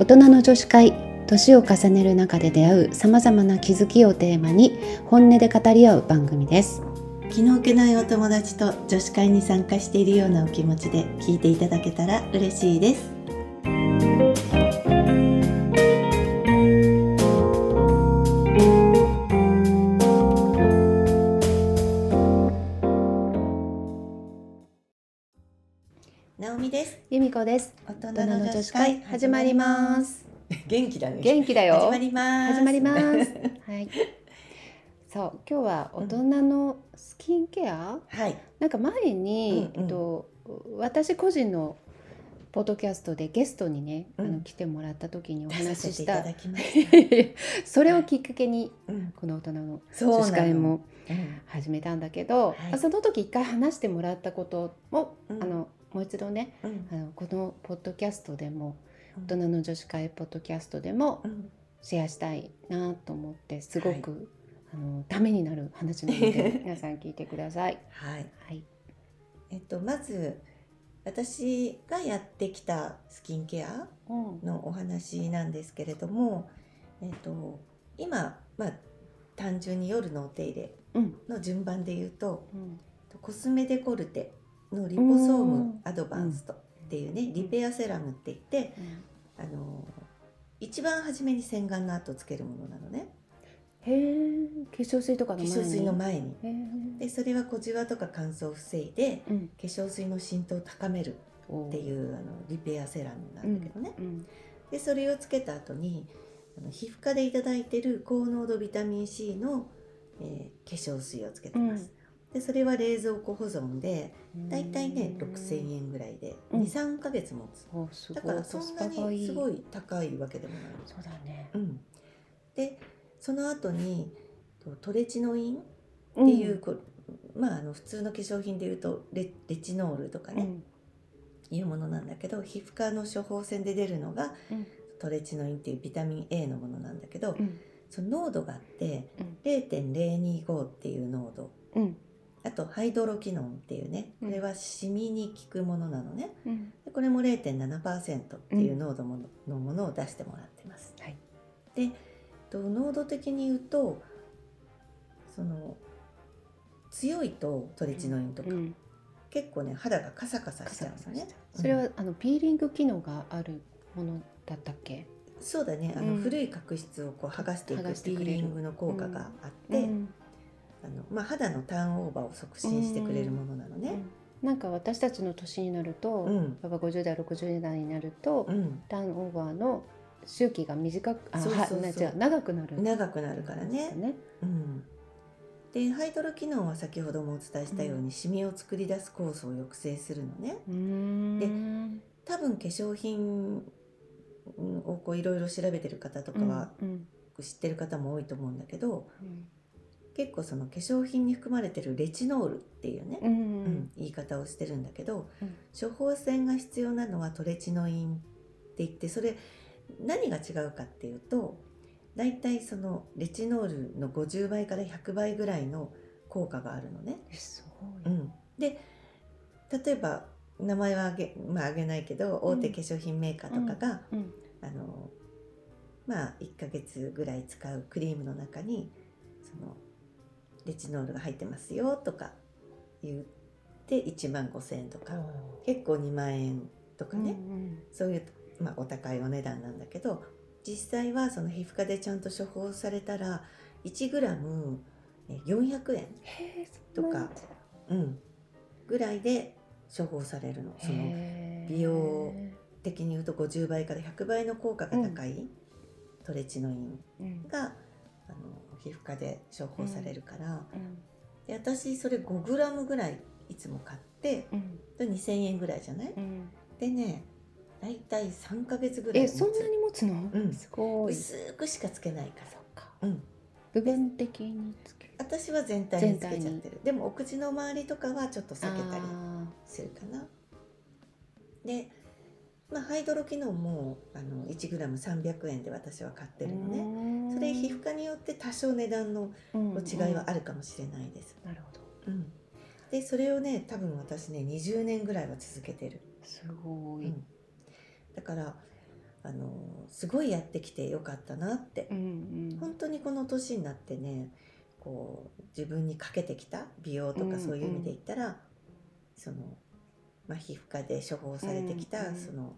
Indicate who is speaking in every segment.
Speaker 1: 人の女子会年を重ねる中で出会うさまざまな気づきをテーマに本音で語り合う番組です
Speaker 2: 気の置けないお友達と女子会に参加しているようなお気持ちで聞いていただけたら嬉しいですなおみです
Speaker 1: 由美子です
Speaker 2: 大人
Speaker 1: 大人
Speaker 2: の
Speaker 1: の
Speaker 2: 女
Speaker 1: 女
Speaker 2: 子
Speaker 1: 子
Speaker 2: 会
Speaker 1: 会
Speaker 2: 始
Speaker 1: 始
Speaker 2: ま
Speaker 1: ま
Speaker 2: り
Speaker 1: り
Speaker 2: ま
Speaker 1: ますす
Speaker 2: 元気だね
Speaker 1: 元気だよ
Speaker 2: 始まります
Speaker 1: 始まりますはい。そう今日は大人のスキンケア、
Speaker 2: はい
Speaker 1: なんか前に、
Speaker 2: うんうん
Speaker 1: えっと私個人のポッドキャストでゲストにね、
Speaker 2: うん
Speaker 1: あの来てもらった時にお
Speaker 2: 出させ
Speaker 1: 話してし
Speaker 2: いた
Speaker 1: た
Speaker 2: だきます、
Speaker 1: それをきっかけに
Speaker 2: うん、
Speaker 1: この大人の
Speaker 2: そう
Speaker 1: 女
Speaker 2: な
Speaker 1: 子
Speaker 2: の
Speaker 1: 会も
Speaker 2: うん
Speaker 1: 始めたんだけど、
Speaker 2: はい
Speaker 1: まあその時一回話してもらったことも、
Speaker 2: うん
Speaker 1: あのもう一度ね
Speaker 2: うん
Speaker 1: あのこのポッドキャストでも
Speaker 2: うん
Speaker 1: 大人の女子会ポッドキャストでも
Speaker 2: うん
Speaker 1: シェアしたいなと思ってすごく、あのためになる話なの で皆さん聞いてください。
Speaker 2: はい
Speaker 1: はい、
Speaker 2: えっとまず私がやってきたスキンケア
Speaker 1: うん
Speaker 2: のお話なんですけれども、えっと、今、まあ、単純に夜のお手入れ
Speaker 1: うん
Speaker 2: の順番で言うと
Speaker 1: うん
Speaker 2: コスメデコルテのリポソー
Speaker 1: う
Speaker 2: ム
Speaker 1: ん
Speaker 2: アドバンストっていうねリペアセラムって言ってあの一番初めに洗顔の後つけるものなのね
Speaker 1: へえ化粧水とか
Speaker 2: 化
Speaker 1: の前に
Speaker 2: 粧水の前に。
Speaker 1: へえ
Speaker 2: でそれは小じわとか乾燥を防いで
Speaker 1: うん
Speaker 2: 化粧水の浸透を高めるっていうあのリペアセラムなんだけどね、
Speaker 1: うん
Speaker 2: でそれをつけた後にあの皮膚科でいただいてる高濃度ビタミン C の、えー化粧水をつけてます、でそれは冷蔵庫保存でだいたいね6000円ぐらいで
Speaker 1: うん
Speaker 2: 23ヶ月持つ、
Speaker 1: おすご
Speaker 2: だ
Speaker 1: い
Speaker 2: からそんな
Speaker 1: コスパが
Speaker 2: にす
Speaker 1: い
Speaker 2: ごい高いわけでもない、
Speaker 1: そうだね
Speaker 2: うん、でその後にとトレチノインっ
Speaker 1: って
Speaker 2: いう、こまああの普通の化粧品でいうとレレチノールとかね、いうものなんだけど皮膚科の処方箋で出るのが、
Speaker 1: うん
Speaker 2: トレチノインっていうビタミン A のものなんだけど、
Speaker 1: うん
Speaker 2: その濃度があって
Speaker 1: うん
Speaker 2: 0.025っていう濃度
Speaker 1: うん
Speaker 2: あとハイドロキノンっていうね
Speaker 1: う
Speaker 2: こ
Speaker 1: ん
Speaker 2: れはシミに効くものなのね
Speaker 1: うん
Speaker 2: でこれも0.7%っていう濃度もの,、のものを出してもらってます。
Speaker 1: はい
Speaker 2: でと濃度的に言うとその強いとトレチノインとか、
Speaker 1: うん
Speaker 2: 結構ね肌がカサカサ
Speaker 1: カ
Speaker 2: しち
Speaker 1: サ
Speaker 2: ゃうん
Speaker 1: カサ
Speaker 2: ですよ
Speaker 1: し
Speaker 2: ね
Speaker 1: た。それは、あのピーリング機能があるものだったっけ
Speaker 2: そうだねあの、
Speaker 1: うん
Speaker 2: 古い角質をこう剥がしていく
Speaker 1: 剥がし
Speaker 2: ピ
Speaker 1: てく
Speaker 2: ー
Speaker 1: れる
Speaker 2: リングの効果があって、
Speaker 1: うん
Speaker 2: あのまあ、肌のターンオーバーを促進してくれるものなのね。
Speaker 1: なんか私たちの年になると、
Speaker 2: うん、う
Speaker 1: や
Speaker 2: ん
Speaker 1: っぱ50代60代になると、ターンオーバーの周期が短くあ
Speaker 2: そうそうそう
Speaker 1: はな違う長くなるんで
Speaker 2: 長くなるから
Speaker 1: す
Speaker 2: ね
Speaker 1: よ。ね。
Speaker 2: うん、でハイドロ機能は先ほどもお伝えしたように、
Speaker 1: う
Speaker 2: シミを作り出す酵素を抑制するのね。
Speaker 1: うーん
Speaker 2: 多分化粧品うんをこういろいろ調べてる方とかは
Speaker 1: うん
Speaker 2: 知ってる方も多いと思うんだけど、
Speaker 1: うん
Speaker 2: 結構その化粧品に含まれてるレチノールっていうね、
Speaker 1: うんうん
Speaker 2: うん言い方をしてるんだけど、
Speaker 1: うん
Speaker 2: 処方箋が必要なのはトレチノインって言ってそれ何が違うかっていうとだいたいそのレチノールの50倍から100倍ぐらいの効果があるのね。
Speaker 1: えす
Speaker 2: う
Speaker 1: ごい。
Speaker 2: ん、で例えば名前はあげ,、まあ、あげないけど大手化粧品メーカーとかが、
Speaker 1: うん
Speaker 2: あのまあ、1ヶ月ぐらい使うクリームの中にそのレチノールが入ってますよとか言って1万5,000円とか結構2万円とかね、
Speaker 1: うん
Speaker 2: そういう、まあ、お高いお値段なんだけど実際はその皮膚科でちゃんと処方されたら 1g400 円、
Speaker 1: へえ
Speaker 2: とかうん、ぐらいで処方されるのその美容的に言うと50倍から100倍の効果が高い、トレチノインがあの皮膚科で処方されるから、で私それ 5g ぐらいいつも買ってで2000円ぐらいじゃないでね大体3ヶ月ぐらい
Speaker 1: え
Speaker 2: 持つ
Speaker 1: そんなに持つの
Speaker 2: うん
Speaker 1: すごい。そ
Speaker 2: 薄くしかつけないか、
Speaker 1: っから
Speaker 2: うん、
Speaker 1: 部分的につけ
Speaker 2: 私は全体につけちゃっ
Speaker 1: 全
Speaker 2: てるでもお口の周りとかはちょっと避けたり
Speaker 1: あ
Speaker 2: するかなで、まあ、ハイドロ機能もあの 1g300 円で私は買って
Speaker 1: ー
Speaker 2: るのね
Speaker 1: うーん
Speaker 2: それ皮膚科によって多少値段の
Speaker 1: うんうん
Speaker 2: 違いはあるかもしれないです、
Speaker 1: なるほど。
Speaker 2: うん、でそれをね多分私ね20年ぐらいは続けてる、
Speaker 1: すご
Speaker 2: う
Speaker 1: い。
Speaker 2: んだからああのすごいやってきてよかったなって、
Speaker 1: うん
Speaker 2: 本当にこの年になってねこう自分にかけてきた美容と
Speaker 1: うんう
Speaker 2: か
Speaker 1: ん
Speaker 2: そういう意味で言ったら、その、まあ、皮膚科で処方されてきた、
Speaker 1: うんうん
Speaker 2: その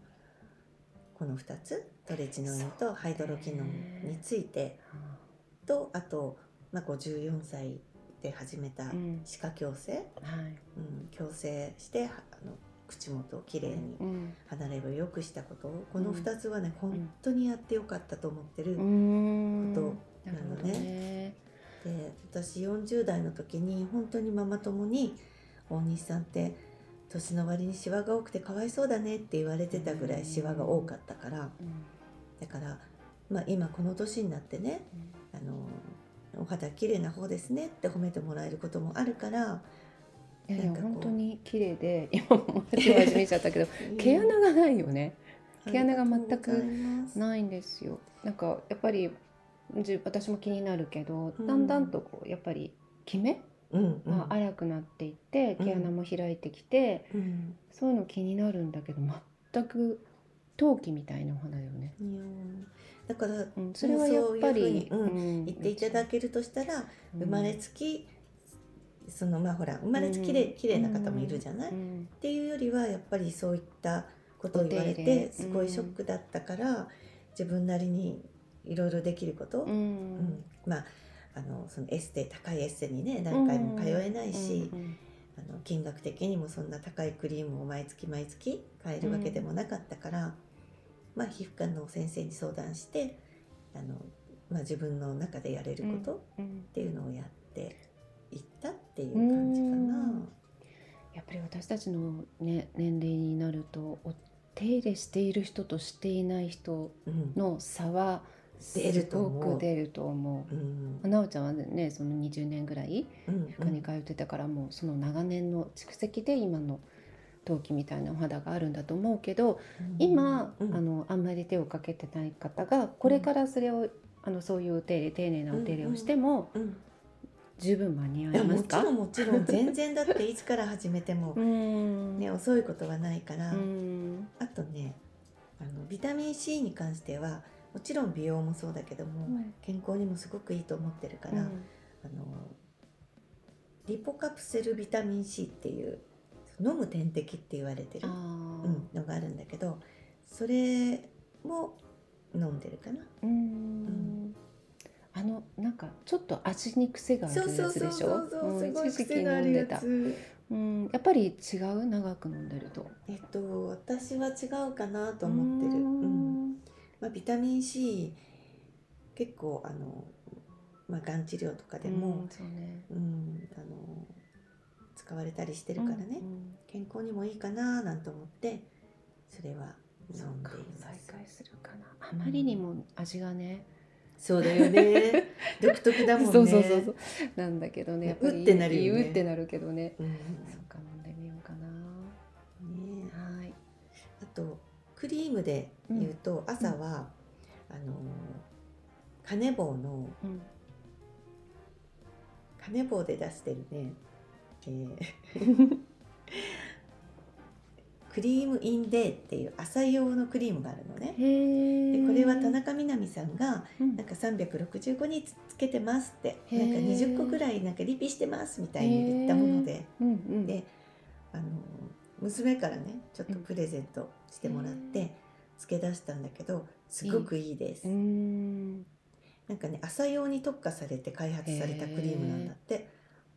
Speaker 2: この2つトレチノインとハイドロキノンについてとあと、まあ、54歳で始めた
Speaker 1: うん
Speaker 2: 歯科矯正、
Speaker 1: はい
Speaker 2: うん、矯正してはあの口元をきれいに
Speaker 1: うん
Speaker 2: 離れを良くしたことをこ
Speaker 1: う
Speaker 2: の
Speaker 1: ん
Speaker 2: 2つはね、
Speaker 1: ん
Speaker 2: 本当にやってよかったと思ってる、
Speaker 1: うーん
Speaker 2: こと
Speaker 1: なるほどね
Speaker 2: で私40代の時に本当にママ友に「大西さんって年の割にシワが多くてかわいそうだね」って言われてたぐらいシワが多かったから
Speaker 1: うん
Speaker 2: だから、まあ、今この年になってねあのお肌綺麗な方ですねって褒めてもらえることもあるから
Speaker 1: いやいや
Speaker 2: なんかこう
Speaker 1: 本当に綺麗で今もう始めちゃったけど毛穴がないよね毛穴が全く
Speaker 2: ありがとうございます
Speaker 1: ないんですよなんかやっぱりじ私も気になるけど
Speaker 2: うん
Speaker 1: だんだんとこうやっぱりキメ
Speaker 2: うんうん
Speaker 1: が荒くなっていって
Speaker 2: うん
Speaker 1: 毛穴も開いてきて
Speaker 2: うん
Speaker 1: そういうの気になるんだけど全く陶器みたいなお花だよね、
Speaker 2: いやーだから
Speaker 1: うん、それはやっぱり
Speaker 2: そういうふうに
Speaker 1: ん
Speaker 2: 言っていただけるとしたら
Speaker 1: うん
Speaker 2: 生まれつきそのまあほら生まれつきれ
Speaker 1: うん
Speaker 2: い綺麗な方もいるじゃない、
Speaker 1: う
Speaker 2: っ
Speaker 1: ん
Speaker 2: ていうよりはやっぱりそういったことを言われ
Speaker 1: お手入れ
Speaker 2: てすごいショックだったから、自分なりにいろいろできること、
Speaker 1: う
Speaker 2: うんんまああのそのエステ高いエステにね何回も通えないし、
Speaker 1: うん
Speaker 2: あの金額的にもそんな高いクリームを毎月毎月買えるわけでもなかったから、まあ、皮膚科の先生に相談してあの、まあ、自分の中でやれること、
Speaker 1: うん
Speaker 2: っていうのをやっていったっていう感じかな。
Speaker 1: やっぱり私たちの、ね、年齢になるとお手入れしている人としていない人
Speaker 2: うん
Speaker 1: の差は
Speaker 2: 出
Speaker 1: す
Speaker 2: ると
Speaker 1: ご
Speaker 2: 思う
Speaker 1: く出ると思う。
Speaker 2: うん
Speaker 1: なおちゃんはねその20年ぐらい
Speaker 2: うん
Speaker 1: 科に通ってたから、もうその長年の蓄積で今の陶器みたいなお肌があるんだと思うけど今、
Speaker 2: うん
Speaker 1: あのあんまり手をかけてない方がこれからそれを、あのそういうお手入れ丁寧なお手入れをしても
Speaker 2: うん
Speaker 1: 十分間に
Speaker 2: い
Speaker 1: 合い
Speaker 2: や
Speaker 1: ま
Speaker 2: も
Speaker 1: す
Speaker 2: ち
Speaker 1: か
Speaker 2: ろんもちろん全然だっていつから始めて も
Speaker 1: う、ん
Speaker 2: ね、遅いことはないから、
Speaker 1: うん
Speaker 2: あとねあのビタミン C に関してはもちろん美容もそうだけども、健康にもすごくいいと思ってるから、
Speaker 1: うん
Speaker 2: あのリポカプセルビタミン C っていう飲む点滴って言われてる
Speaker 1: あ
Speaker 2: うん、のがあるんだけどそれも飲んでるかな
Speaker 1: ーうんあのなんかちょっと味に癖があるやつでしょうん一時期飲んでた
Speaker 2: つ
Speaker 1: うんやっぱり違う長く飲んでると
Speaker 2: えっと私は違うかなと思ってるうんまあ、ビタミン C 結構あの、まあ、がん治療とかで
Speaker 1: で
Speaker 2: も
Speaker 1: も、そうね
Speaker 2: うんあの使われたりしてるからね、
Speaker 1: うん
Speaker 2: 健康にもいいかななんて思ってそれは飲
Speaker 1: そうん
Speaker 2: で
Speaker 1: か
Speaker 2: いま
Speaker 1: 再
Speaker 2: す
Speaker 1: 開するかなあまりにも味がね
Speaker 2: そうだよね 独特だもんね
Speaker 1: そうそうそうそうなんだけどねやっぱり
Speaker 2: うってなるよね
Speaker 1: うってなるけどね
Speaker 2: うん
Speaker 1: そっか飲んでみようかな
Speaker 2: ねえ
Speaker 1: はい
Speaker 2: あとクリームで言うと、朝は、あのカネボウの
Speaker 1: うん
Speaker 2: カネボウで出してるね、え ークリームインデーっていう朝用のクリームがあるのね。
Speaker 1: へ
Speaker 2: で
Speaker 1: え
Speaker 2: これは田中みな実さんが
Speaker 1: うん
Speaker 2: なんか365日つけてますって
Speaker 1: へ
Speaker 2: なん
Speaker 1: ー
Speaker 2: か20個くらいなんかリピしてますみたいに言ったもので
Speaker 1: うんうん
Speaker 2: であの娘からねちょっとプレゼントしてもらっ
Speaker 1: うん
Speaker 2: て付け出したんだけどすごくいいです、
Speaker 1: うーん
Speaker 2: なんかね朝用に特化されて開発されたクリームなんだって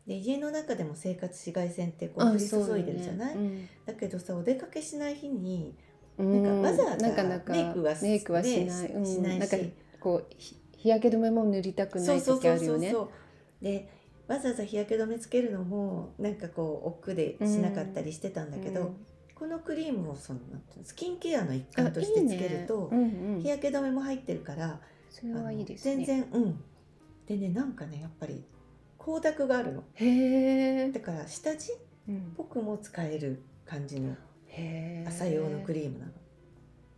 Speaker 2: で家の中でも生活紫外線ってこう降り注いでるじゃない、だけどさお出かけしない日になんかわざわざメイクは
Speaker 1: メイクはしない、
Speaker 2: ね
Speaker 1: うん
Speaker 2: しないし
Speaker 1: んかこうひ日焼け止めも塗りたくない時あるよね。
Speaker 2: うでわざわざ日焼け止めつけるのもなんかこう億劫でしなかったりしてたんだけど、このクリームをそのなんていうのスキンケアの一
Speaker 1: うん、あ
Speaker 2: 環としていつけると
Speaker 1: いいねうんうん
Speaker 2: 日焼け止めも入ってるから
Speaker 1: それはいいですね。
Speaker 2: 全然うんでねなんかねやっぱり光沢があるの
Speaker 1: へえ
Speaker 2: だ、から下地っ
Speaker 1: うん
Speaker 2: ぽくも使える感じの
Speaker 1: へえ
Speaker 2: 朝用のクリームなの、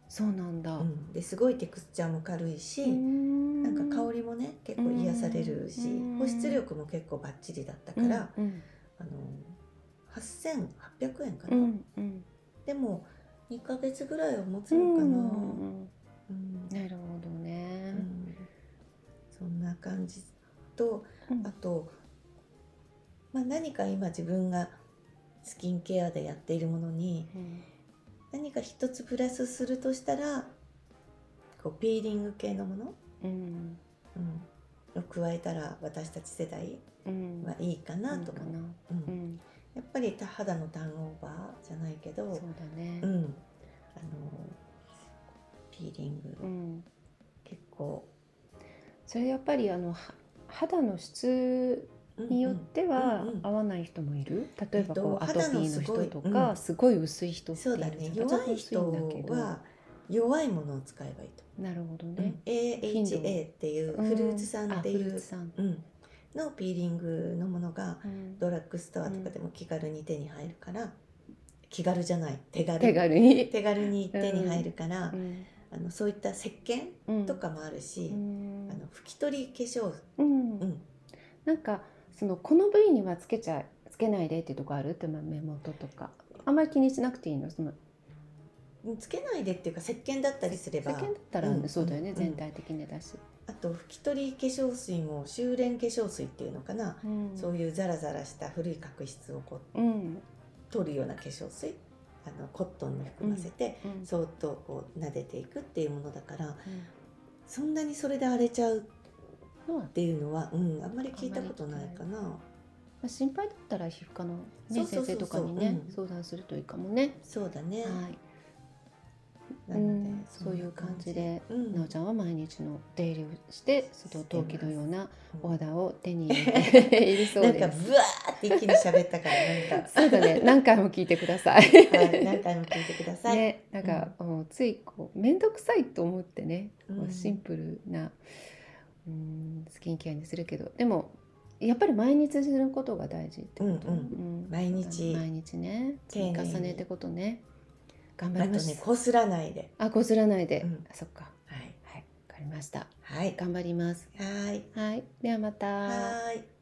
Speaker 1: そうなんだ。
Speaker 2: うん、ですごいテクスチャーも軽いし、
Speaker 1: な
Speaker 2: なんか香
Speaker 1: り
Speaker 2: りもね結構癒されるし、
Speaker 1: うん
Speaker 2: 保湿力も結構バッチリだったから、
Speaker 1: うん
Speaker 2: あの8800円か
Speaker 1: う
Speaker 2: な、
Speaker 1: んうん
Speaker 2: でも2ヶ月ぐらいは持つ
Speaker 1: う
Speaker 2: のかな、
Speaker 1: んうん
Speaker 2: うんな感じと
Speaker 1: うん
Speaker 2: あと、まあ、何か今自分がスキンケアでやっているものに何か一つプラスするとしたらこうピーリング系のもの、
Speaker 1: うん
Speaker 2: うん、を加えたら私たち世代
Speaker 1: うん
Speaker 2: はいいかなと
Speaker 1: か
Speaker 2: 思う。
Speaker 1: な
Speaker 2: うん
Speaker 1: うん
Speaker 2: やっぱりた肌のターンオーバーじゃないけど
Speaker 1: そうだね
Speaker 2: うん、あのピーリング、
Speaker 1: うん
Speaker 2: 結構
Speaker 1: それやっぱりあのは肌の質によっては
Speaker 2: うんうん
Speaker 1: 合わない人もいる例えばこう
Speaker 2: え
Speaker 1: ア
Speaker 2: っ
Speaker 1: トピーの
Speaker 2: と肌の
Speaker 1: 人
Speaker 2: す
Speaker 1: と
Speaker 2: ごい
Speaker 1: か、
Speaker 2: うん
Speaker 1: すごい薄い人ってい
Speaker 2: そうだ
Speaker 1: るじ
Speaker 2: ね
Speaker 1: ゃん
Speaker 2: 弱い
Speaker 1: ちょっと薄いんだけ
Speaker 2: 人
Speaker 1: ど
Speaker 2: は弱いものを使えばいいと、
Speaker 1: なるほど
Speaker 2: う
Speaker 1: ね
Speaker 2: ん、、AHA っていうフルーツ酸って
Speaker 1: うんあフ
Speaker 2: い
Speaker 1: ルー
Speaker 2: う
Speaker 1: ツ、酸
Speaker 2: うんのピーリングのものが
Speaker 1: うん
Speaker 2: ドラッグストアとかでも気軽に手に入るから、気軽じゃない手軽
Speaker 1: 手軽に、
Speaker 2: 手軽に手に入るから、
Speaker 1: うん
Speaker 2: あのそういった石鹸
Speaker 1: うん、
Speaker 2: とかもあるし、
Speaker 1: うん
Speaker 2: あの拭き取り化粧、
Speaker 1: うん
Speaker 2: うん、
Speaker 1: なんかそのこの部位にはつけちゃつけないでっていうとこあるってまあ目元とかあんまり気にしなくていいのその
Speaker 2: つけないでっていうか石鹸だったりすれば
Speaker 1: 世間だったら、
Speaker 2: うん
Speaker 1: そうだよね、
Speaker 2: うん
Speaker 1: 全体的にだし、
Speaker 2: あと拭き取り化粧水も修練化粧水っていうのかな、
Speaker 1: うん
Speaker 2: そういうザラザラした古い角質をこう
Speaker 1: うん
Speaker 2: 取るような化粧水あのコットンに含ませて、
Speaker 1: うん
Speaker 2: そーっとこう撫でていくっていうものだからそんなにそれで荒れちゃうっ
Speaker 1: うんま
Speaker 2: ていうのは、うん、あんまり聞いたことないかな。
Speaker 1: あ心配だったら皮膚科の、ね、
Speaker 2: そうそうそうそう
Speaker 1: 先生とかにね、
Speaker 2: うん
Speaker 1: 相談するといいかもね、
Speaker 2: そうだね、
Speaker 1: はい、
Speaker 2: なの
Speaker 1: う
Speaker 2: で、
Speaker 1: ん
Speaker 2: んな
Speaker 1: そういう感じで
Speaker 2: うん
Speaker 1: なおちゃんは毎日の出入りをしてそれを陶器のようなお肌を手に入れて いるそう
Speaker 2: なん
Speaker 1: です
Speaker 2: かブワーって一気に喋ったからなんか
Speaker 1: そうだ ね何回も聞いてください
Speaker 2: はい、何回も聞いてください。
Speaker 1: ね、なんか、もうついこう面倒くさいと思ってね、こう
Speaker 2: うん
Speaker 1: シンプルな、うん、スキンケアにするけどでもやっぱり毎日することが大事ってこと、
Speaker 2: うん毎日
Speaker 1: 毎日ね
Speaker 2: 丁
Speaker 1: 積
Speaker 2: 寧
Speaker 1: み
Speaker 2: に
Speaker 1: 重ねってことね頑張
Speaker 2: あと
Speaker 1: ります
Speaker 2: ね、こすらないで。
Speaker 1: あこすらないで、
Speaker 2: うん
Speaker 1: あそっか
Speaker 2: はい。
Speaker 1: はいわかりました
Speaker 2: はい。
Speaker 1: 頑張ります
Speaker 2: はい。
Speaker 1: はいではまた
Speaker 2: はーい。